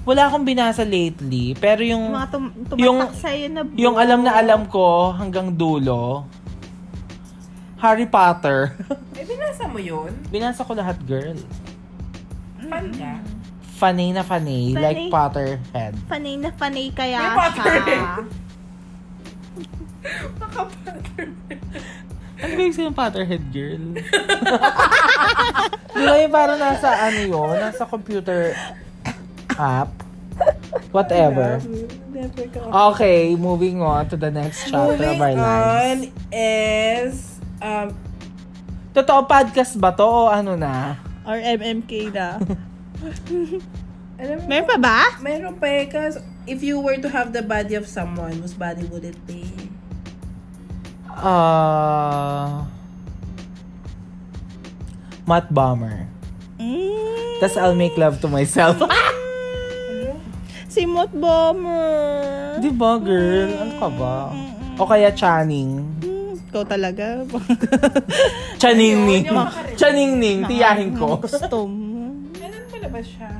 Speaker 1: wala akong binasa lately, pero yung
Speaker 3: Yung mga tum- tumatak
Speaker 1: yung-
Speaker 3: sa'yo na book.
Speaker 1: yung alam na alam ko hanggang dulo, Harry Potter. (laughs)
Speaker 2: Eh, binasa mo yun?
Speaker 1: binasa ko lahat, girl.
Speaker 2: Fan
Speaker 3: Mm-hmm.
Speaker 2: ka? (laughs)
Speaker 1: Fanay na fanay,
Speaker 3: Fanay.
Speaker 1: like Potterhead.
Speaker 3: Panay na panay kaya
Speaker 2: May Potter
Speaker 3: siya.
Speaker 2: eh. Nakapatter.
Speaker 1: Ano ba yung sa'yo yung Potterhead, girl? (laughs) Di ba yung parang nasa ano yun? Nasa computer app? Whatever.
Speaker 2: Never ka.
Speaker 1: Okay, moving on to the next chapter of our
Speaker 2: Moving on
Speaker 1: lives.
Speaker 2: is, um,
Speaker 1: Totoo podcast ba to o ano na?
Speaker 3: (laughs) Or MMK na.
Speaker 2: alam mo,
Speaker 3: Meron pa ba?
Speaker 2: meron pa eh, kasi if you were to have the body of someone, whose body would it be?
Speaker 1: Ah... Matt Bomber.
Speaker 3: Mm.
Speaker 1: Tapos I'll make love to myself. (laughs) Ah!
Speaker 3: Si Mot Bomber.
Speaker 1: Di ba, girl? Ano ka ba? O kaya Channing. (laughs)
Speaker 3: Mm, Ikaw talaga.
Speaker 1: Channing Ning.
Speaker 2: Ayaw, hindi ako makarelate.
Speaker 1: Channing Ning, tiyahin ko.
Speaker 3: Gusto mo.
Speaker 2: Ganun pala ba siya?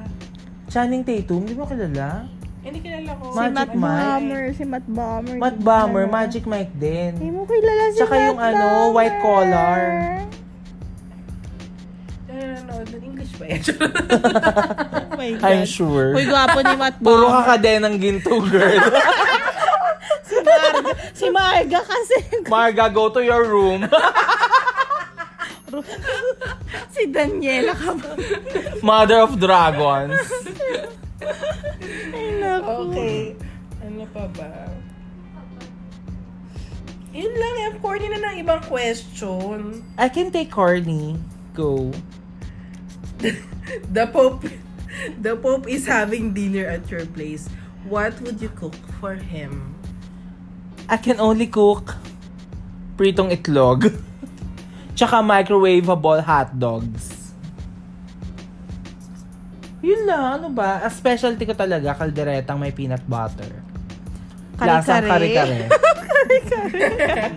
Speaker 1: Channing Tatum, di mo kilala?
Speaker 2: Hindi kilala ko. Ano?
Speaker 1: Si Magic
Speaker 3: Matt
Speaker 1: Mike.
Speaker 3: Bomber. Si Matt Bomber. Ano?
Speaker 1: Matt Bomber, Magic Mike
Speaker 3: Hindi
Speaker 1: din.
Speaker 3: mo kilala si
Speaker 1: Tsaka
Speaker 3: Matt
Speaker 1: yung ano,
Speaker 3: Bomber.
Speaker 1: white collar.
Speaker 2: Nanonood ng ano, English ba
Speaker 1: (laughs)
Speaker 2: yan?
Speaker 3: Oh my God.
Speaker 1: I'm sure.
Speaker 3: Uy, gwapo ni Matt Bomber.
Speaker 1: (laughs) Puro ka din ng ginto, girl.
Speaker 3: Si Marga kasi.
Speaker 1: Marga, go to your room.
Speaker 3: si Daniela ka ba?
Speaker 1: Mother of Dragons.
Speaker 3: Ay, naku.
Speaker 2: Okay. Ano pa ba? Yun lang, eh. Ang corny na ng ibang question. (laughs)
Speaker 1: I can take corny. Go.
Speaker 2: The Pope, the Pope is having dinner at your place. What would you cook for him?
Speaker 1: I can only cook pritong itlog. Tsaka microwavable hot dogs. Yun lang, ano ba? A specialty ko talaga, kalderetang may peanut butter. Lasang kare-kare. (laughs)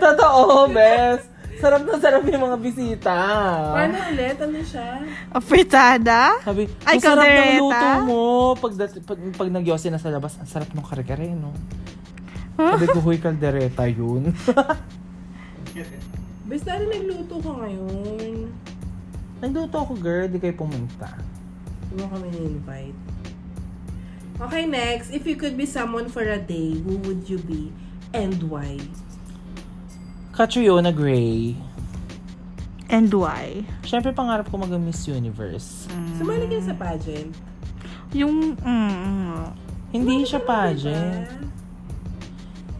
Speaker 1: Totoo, bes. Sarap na sarap yung mga bisita. Ah.
Speaker 2: Paano ulit? Ano siya?
Speaker 3: O, fritada?
Speaker 1: Sabi,
Speaker 3: Ay,
Speaker 1: ang sarap ng
Speaker 3: kaldereta?
Speaker 1: luto mo. Pag, dat- pag, pag nagyosi na sa labas, ang sarap ng kare-kare, no? Sabi ko, huy, kaldereta yun. (laughs)
Speaker 2: Basta rin nagluto ka ngayon.
Speaker 1: Nagluto ako, girl. Di kayo pumunta.
Speaker 2: Hindi mo kami invite Okay, next. If you could be someone for a day, who would you be and why?
Speaker 1: Catriona Gray.
Speaker 3: And why?
Speaker 1: Siyempre, pangarap ko mag Miss Universe.
Speaker 2: Sumali ka sa pageant.
Speaker 3: Yung, mm, mm.
Speaker 1: Hindi siya
Speaker 2: Diba?
Speaker 1: pageant.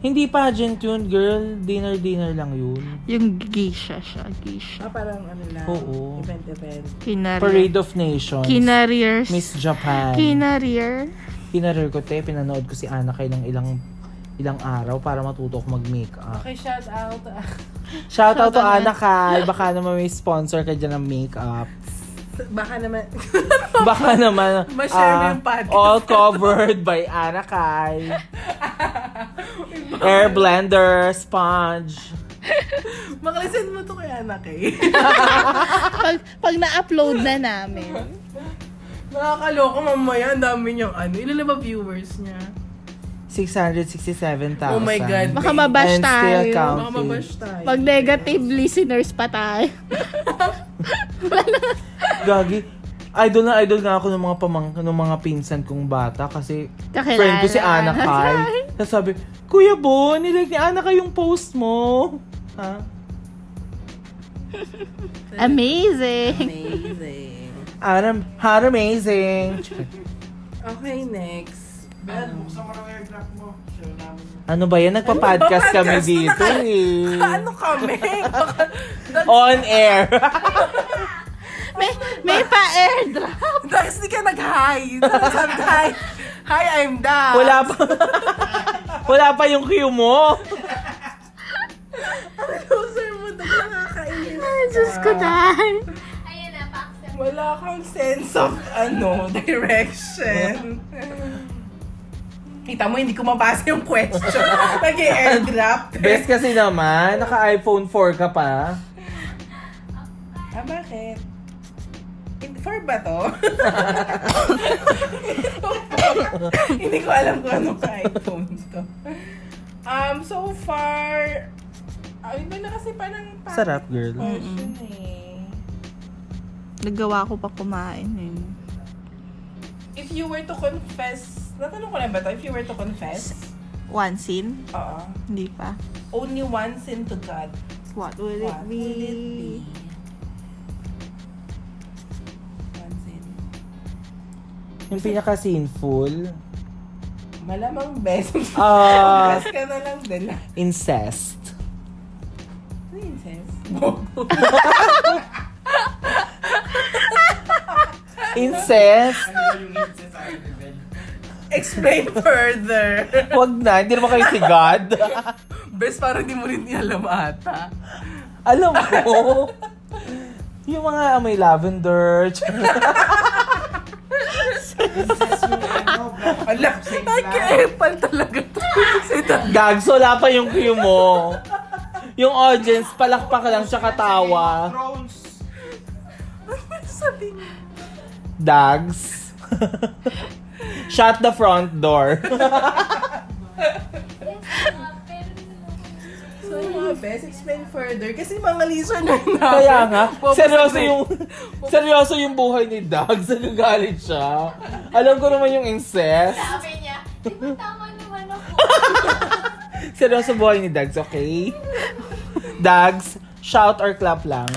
Speaker 1: Hindi pageant yun, girl. Dinner-dinner lang yun.
Speaker 3: yung geisha siya, geisha.
Speaker 2: Ah, parang ano lang.
Speaker 1: Oo.
Speaker 2: Event-event.
Speaker 3: Kinarir.
Speaker 1: Parade of Nations.
Speaker 3: Kinariers.
Speaker 1: Miss Japan.
Speaker 3: Kinarier.
Speaker 1: Kinarir ko, te. Pinanood ko si Ana kayo ng ilang ilang araw para matuto ako mag-makeup.
Speaker 2: Okay, shout out.
Speaker 1: Shout
Speaker 3: Shout out,
Speaker 1: out to Ana Kai. Baka naman may sponsor ka dyan ng makeup.
Speaker 2: (laughs) Baka naman. (laughs)
Speaker 1: Baka naman
Speaker 2: Ma-share mo
Speaker 1: ah,
Speaker 2: yung podcast.
Speaker 1: all covered by Ana
Speaker 2: (laughs)
Speaker 1: Kai. Air blender, sponge.
Speaker 2: Makalisen mo to kay (laughs) anak eh.
Speaker 3: Pag, pag na-upload na namin.
Speaker 2: Nakakaloko mamaya. Ang dami niyang ano. Ilan na ba viewers niya?
Speaker 1: 667,000.
Speaker 2: Oh my God.
Speaker 3: Baka mabash
Speaker 1: And still
Speaker 3: tayo.
Speaker 1: count.
Speaker 2: Baka mabash tayo.
Speaker 3: Pag negative listeners pa tayo.
Speaker 1: Gagi. Idol na idol nga ako ng mga pamang ng mga pinsan kong bata kasi
Speaker 3: Kakilala.
Speaker 1: friend ko si Ana Kai. Tapos sabi, Kuya Bon, nilike ni Ana Kai yung post mo. Ha?
Speaker 3: Amazing.
Speaker 2: Amazing.
Speaker 1: Adam, how amazing.
Speaker 2: Okay, next.
Speaker 5: Ben, buksan mo na nga yung graph mo. Share namin yun.
Speaker 1: Ano ba yan? Nagpa-podcast
Speaker 2: Ano ba?
Speaker 1: kami
Speaker 2: Podcast na
Speaker 1: dito
Speaker 2: naka-
Speaker 1: eh.
Speaker 2: (laughs) Ano kami?
Speaker 1: (laughs)
Speaker 2: Baka-
Speaker 1: On air.
Speaker 3: May, may pa-airdrop.
Speaker 2: Tapos di ka nag-hi. Sabi ka, hi. Hi, I'm Da.
Speaker 1: Wala pa. Wala pa yung cue mo.
Speaker 2: Loser mo. Dog nakakainis.
Speaker 3: Ay, Diyos ko, tayo.
Speaker 4: Ayun na, pa-accept.
Speaker 2: Wala kang sense of, ano, direction. Kita mo, hindi ko mabasa yung question. Nag-airdrop.
Speaker 1: Best kasi naman, naka-iPhone 4 ka pa.
Speaker 2: Ah, bakit? In- For ba to? Hindi ko alam kung ano ka iPhone to. Um, so far, ay, iba na kasi parang packed
Speaker 1: Sarap, girl.
Speaker 2: Question eh.
Speaker 3: Nagawa ko pa kumain. Eh.
Speaker 2: If you were to confess, natanong ko na ba to? If you were to confess,
Speaker 3: One scene?
Speaker 2: oo,
Speaker 3: Hindi pa.
Speaker 2: only one sin to God,
Speaker 3: What would
Speaker 2: what
Speaker 3: it
Speaker 2: would
Speaker 3: be?
Speaker 2: it be? One sin.
Speaker 1: Yung pinaka-sinful,
Speaker 2: Malamang best.
Speaker 1: Ah.
Speaker 2: Confess ka na lang din.
Speaker 1: incest.
Speaker 2: Princess.
Speaker 1: Incest?
Speaker 5: Ano ba yung hits sa akin, Ben?
Speaker 2: (laughs) Explain further.
Speaker 1: Wag na, hindi naman kayo si God.
Speaker 2: Best, parang di mo rin niya alam ata.
Speaker 1: (laughs) Alam ko, yung mga amoy lavender,
Speaker 5: Princess yung ano, black
Speaker 2: Alam,
Speaker 5: Same
Speaker 2: nag-epal talaga (laughs) to. Si Dad.
Speaker 1: gags, wala pa yung cue mo. Yung audience, palakpak lang siya katawa.
Speaker 5: Thrones.
Speaker 2: Ano Sabi niya.
Speaker 1: Dags. Shut the front door.
Speaker 4: Pero hindi na ako.
Speaker 2: So yung mga best, explain further. Kasi mga listener na.
Speaker 1: Kaya nga, seryoso yung seryoso yung buhay ni Dags. Nagagalit siya. Alam ko naman yung incest.
Speaker 4: Sabi niya, di ba tama naman ako?
Speaker 1: Seryoso buhay ni Dags, okay? Dags, Shout or clap lang.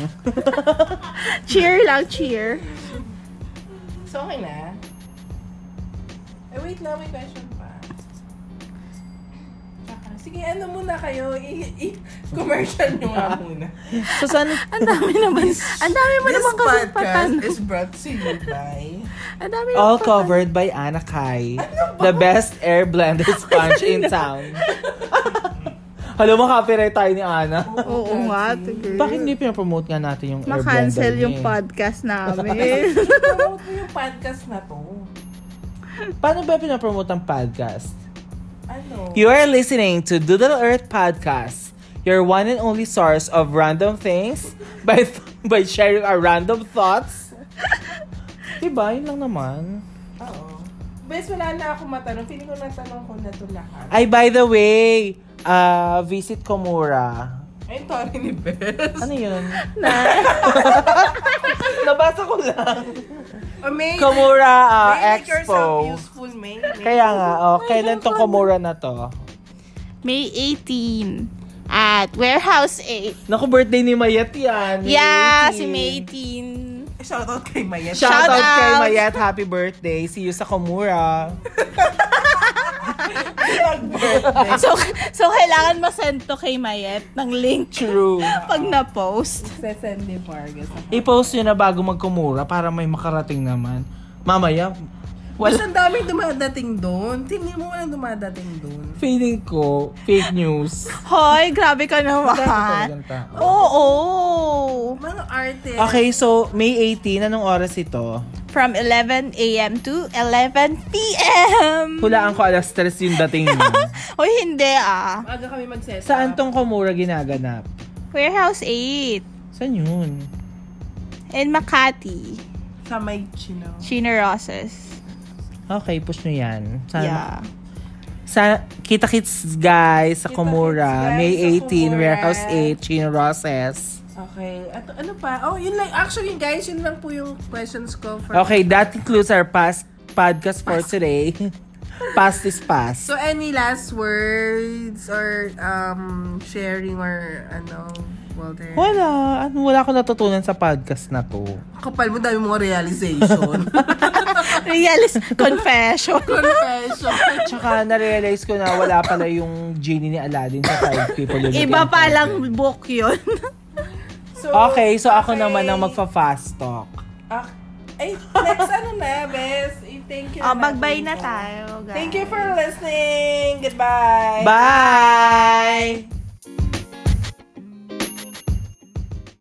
Speaker 3: Cheer lang, cheer.
Speaker 2: So, okay na? Eh, wait na. May question pa. Tsaka, Sige, ano muna kayo? I- i- commercial nyo nga muna.
Speaker 1: So, saan,
Speaker 3: Ang dami naman. Ang dami mo naman kasi patanong.
Speaker 2: is brought to you (laughs) by...
Speaker 3: Ang dami mo
Speaker 1: all
Speaker 3: patanong.
Speaker 1: covered by Anna Kai. The best air blender sponge in town. Alam mo, copyright tayo ni Ana.
Speaker 3: Oo nga, tigil.
Speaker 1: Bakit hindi pinapromote nga natin yung air blender
Speaker 3: Makancel
Speaker 1: niya
Speaker 3: yung
Speaker 1: eh?
Speaker 3: podcast
Speaker 1: (laughs)
Speaker 3: namin.
Speaker 2: Promote mo yung podcast na to.
Speaker 1: Paano ba pinapromote ang podcast?
Speaker 2: Ano?
Speaker 1: You are listening to Doodle Earth Podcast, your one and only source of random things (laughs) by by sharing our random thoughts. diba? Yun lang naman.
Speaker 2: Oo. Bes, wala na ako matanong. Feeling ko natanong ko na to lahat.
Speaker 1: Ay, by the way, uh, visit Komura.
Speaker 2: Ay, sorry ni Bes.
Speaker 1: Ano yun?
Speaker 3: na,
Speaker 1: (laughs) Nabasa ko lang.
Speaker 2: O, may,
Speaker 1: Komura ah,
Speaker 2: may make yourself
Speaker 1: Expo.
Speaker 2: useful, may.
Speaker 1: Kaya nga, oh, kailan tong Komura na to?
Speaker 3: May 18 at Warehouse 8.
Speaker 1: Naku, birthday ni Mayet yan. May
Speaker 3: Yeah,
Speaker 1: 18.
Speaker 3: si May 18.
Speaker 2: Shoutout kay Maya.
Speaker 1: Shout,
Speaker 3: Shout
Speaker 1: out, kay
Speaker 3: out.
Speaker 1: Mayet. Happy birthday. See you sa Komura.
Speaker 3: so, so kailangan masend to kay Mayet ng link
Speaker 1: True.
Speaker 3: pag na-post.
Speaker 2: (laughs) Send ni Vargas.
Speaker 1: I-post nyo na bago magkumura para may makarating naman. Mamaya,
Speaker 2: Wala.
Speaker 1: wala.
Speaker 2: Ang daming dumadating doon. Tingnan mo walang dumadating doon.
Speaker 1: Feeling ko, fake
Speaker 3: (laughs)
Speaker 1: news.
Speaker 3: Hoy, grabe ka
Speaker 1: Dami
Speaker 3: naman.
Speaker 1: talagang tao.
Speaker 3: Oo.
Speaker 2: Mga artist.
Speaker 1: Okay, so May 18, anong oras ito?
Speaker 3: From 11 a.m. to 11 p.m.
Speaker 1: (laughs) Hulaan ko alas 3 yung dating mo.
Speaker 3: (laughs) Hoy, hindi ah.
Speaker 2: Maaga kami mag-set
Speaker 1: Saan tong kumura ginaganap?
Speaker 3: Warehouse 8
Speaker 1: Saan yun?
Speaker 3: in Makati,
Speaker 2: Sa may chino.
Speaker 3: Chino Roses.
Speaker 1: Okay, push nyo yan. Sana,
Speaker 3: Yeah.
Speaker 1: sa, kita kits guys sa
Speaker 2: Kita-kits,
Speaker 1: Komura.
Speaker 2: guys,
Speaker 1: May 18,
Speaker 2: sa Komura.
Speaker 1: Warehouse 8, Chino Roses.
Speaker 2: Okay. At ano pa? Oh, yun lang. Actually, guys, yun lang po yung questions ko for...
Speaker 1: Okay, that concludes our past podcast for today. (laughs) past is past.
Speaker 2: So, any last words or um sharing or ano, Walter?
Speaker 1: Wala. Ano, wala akong natutunan sa podcast na to.
Speaker 2: Kapal mo, dami mong
Speaker 1: (laughs)
Speaker 2: realization.
Speaker 3: Realist confession.
Speaker 2: Confession.
Speaker 1: Tsaka narealize ko na wala pala yung genie ni Aladdin sa Five People Limited.
Speaker 3: Iba pa lang book yun. (laughs)
Speaker 2: So,
Speaker 1: Okay, so ako
Speaker 2: okay.
Speaker 1: naman ang magfa-fast talk.
Speaker 2: Ah, ay, next ano na, best. Thank you.
Speaker 3: oh,
Speaker 2: na
Speaker 3: bye
Speaker 2: natin
Speaker 3: na
Speaker 2: po.
Speaker 3: tayo, guys.
Speaker 2: Thank you for listening. Goodbye.
Speaker 1: Bye!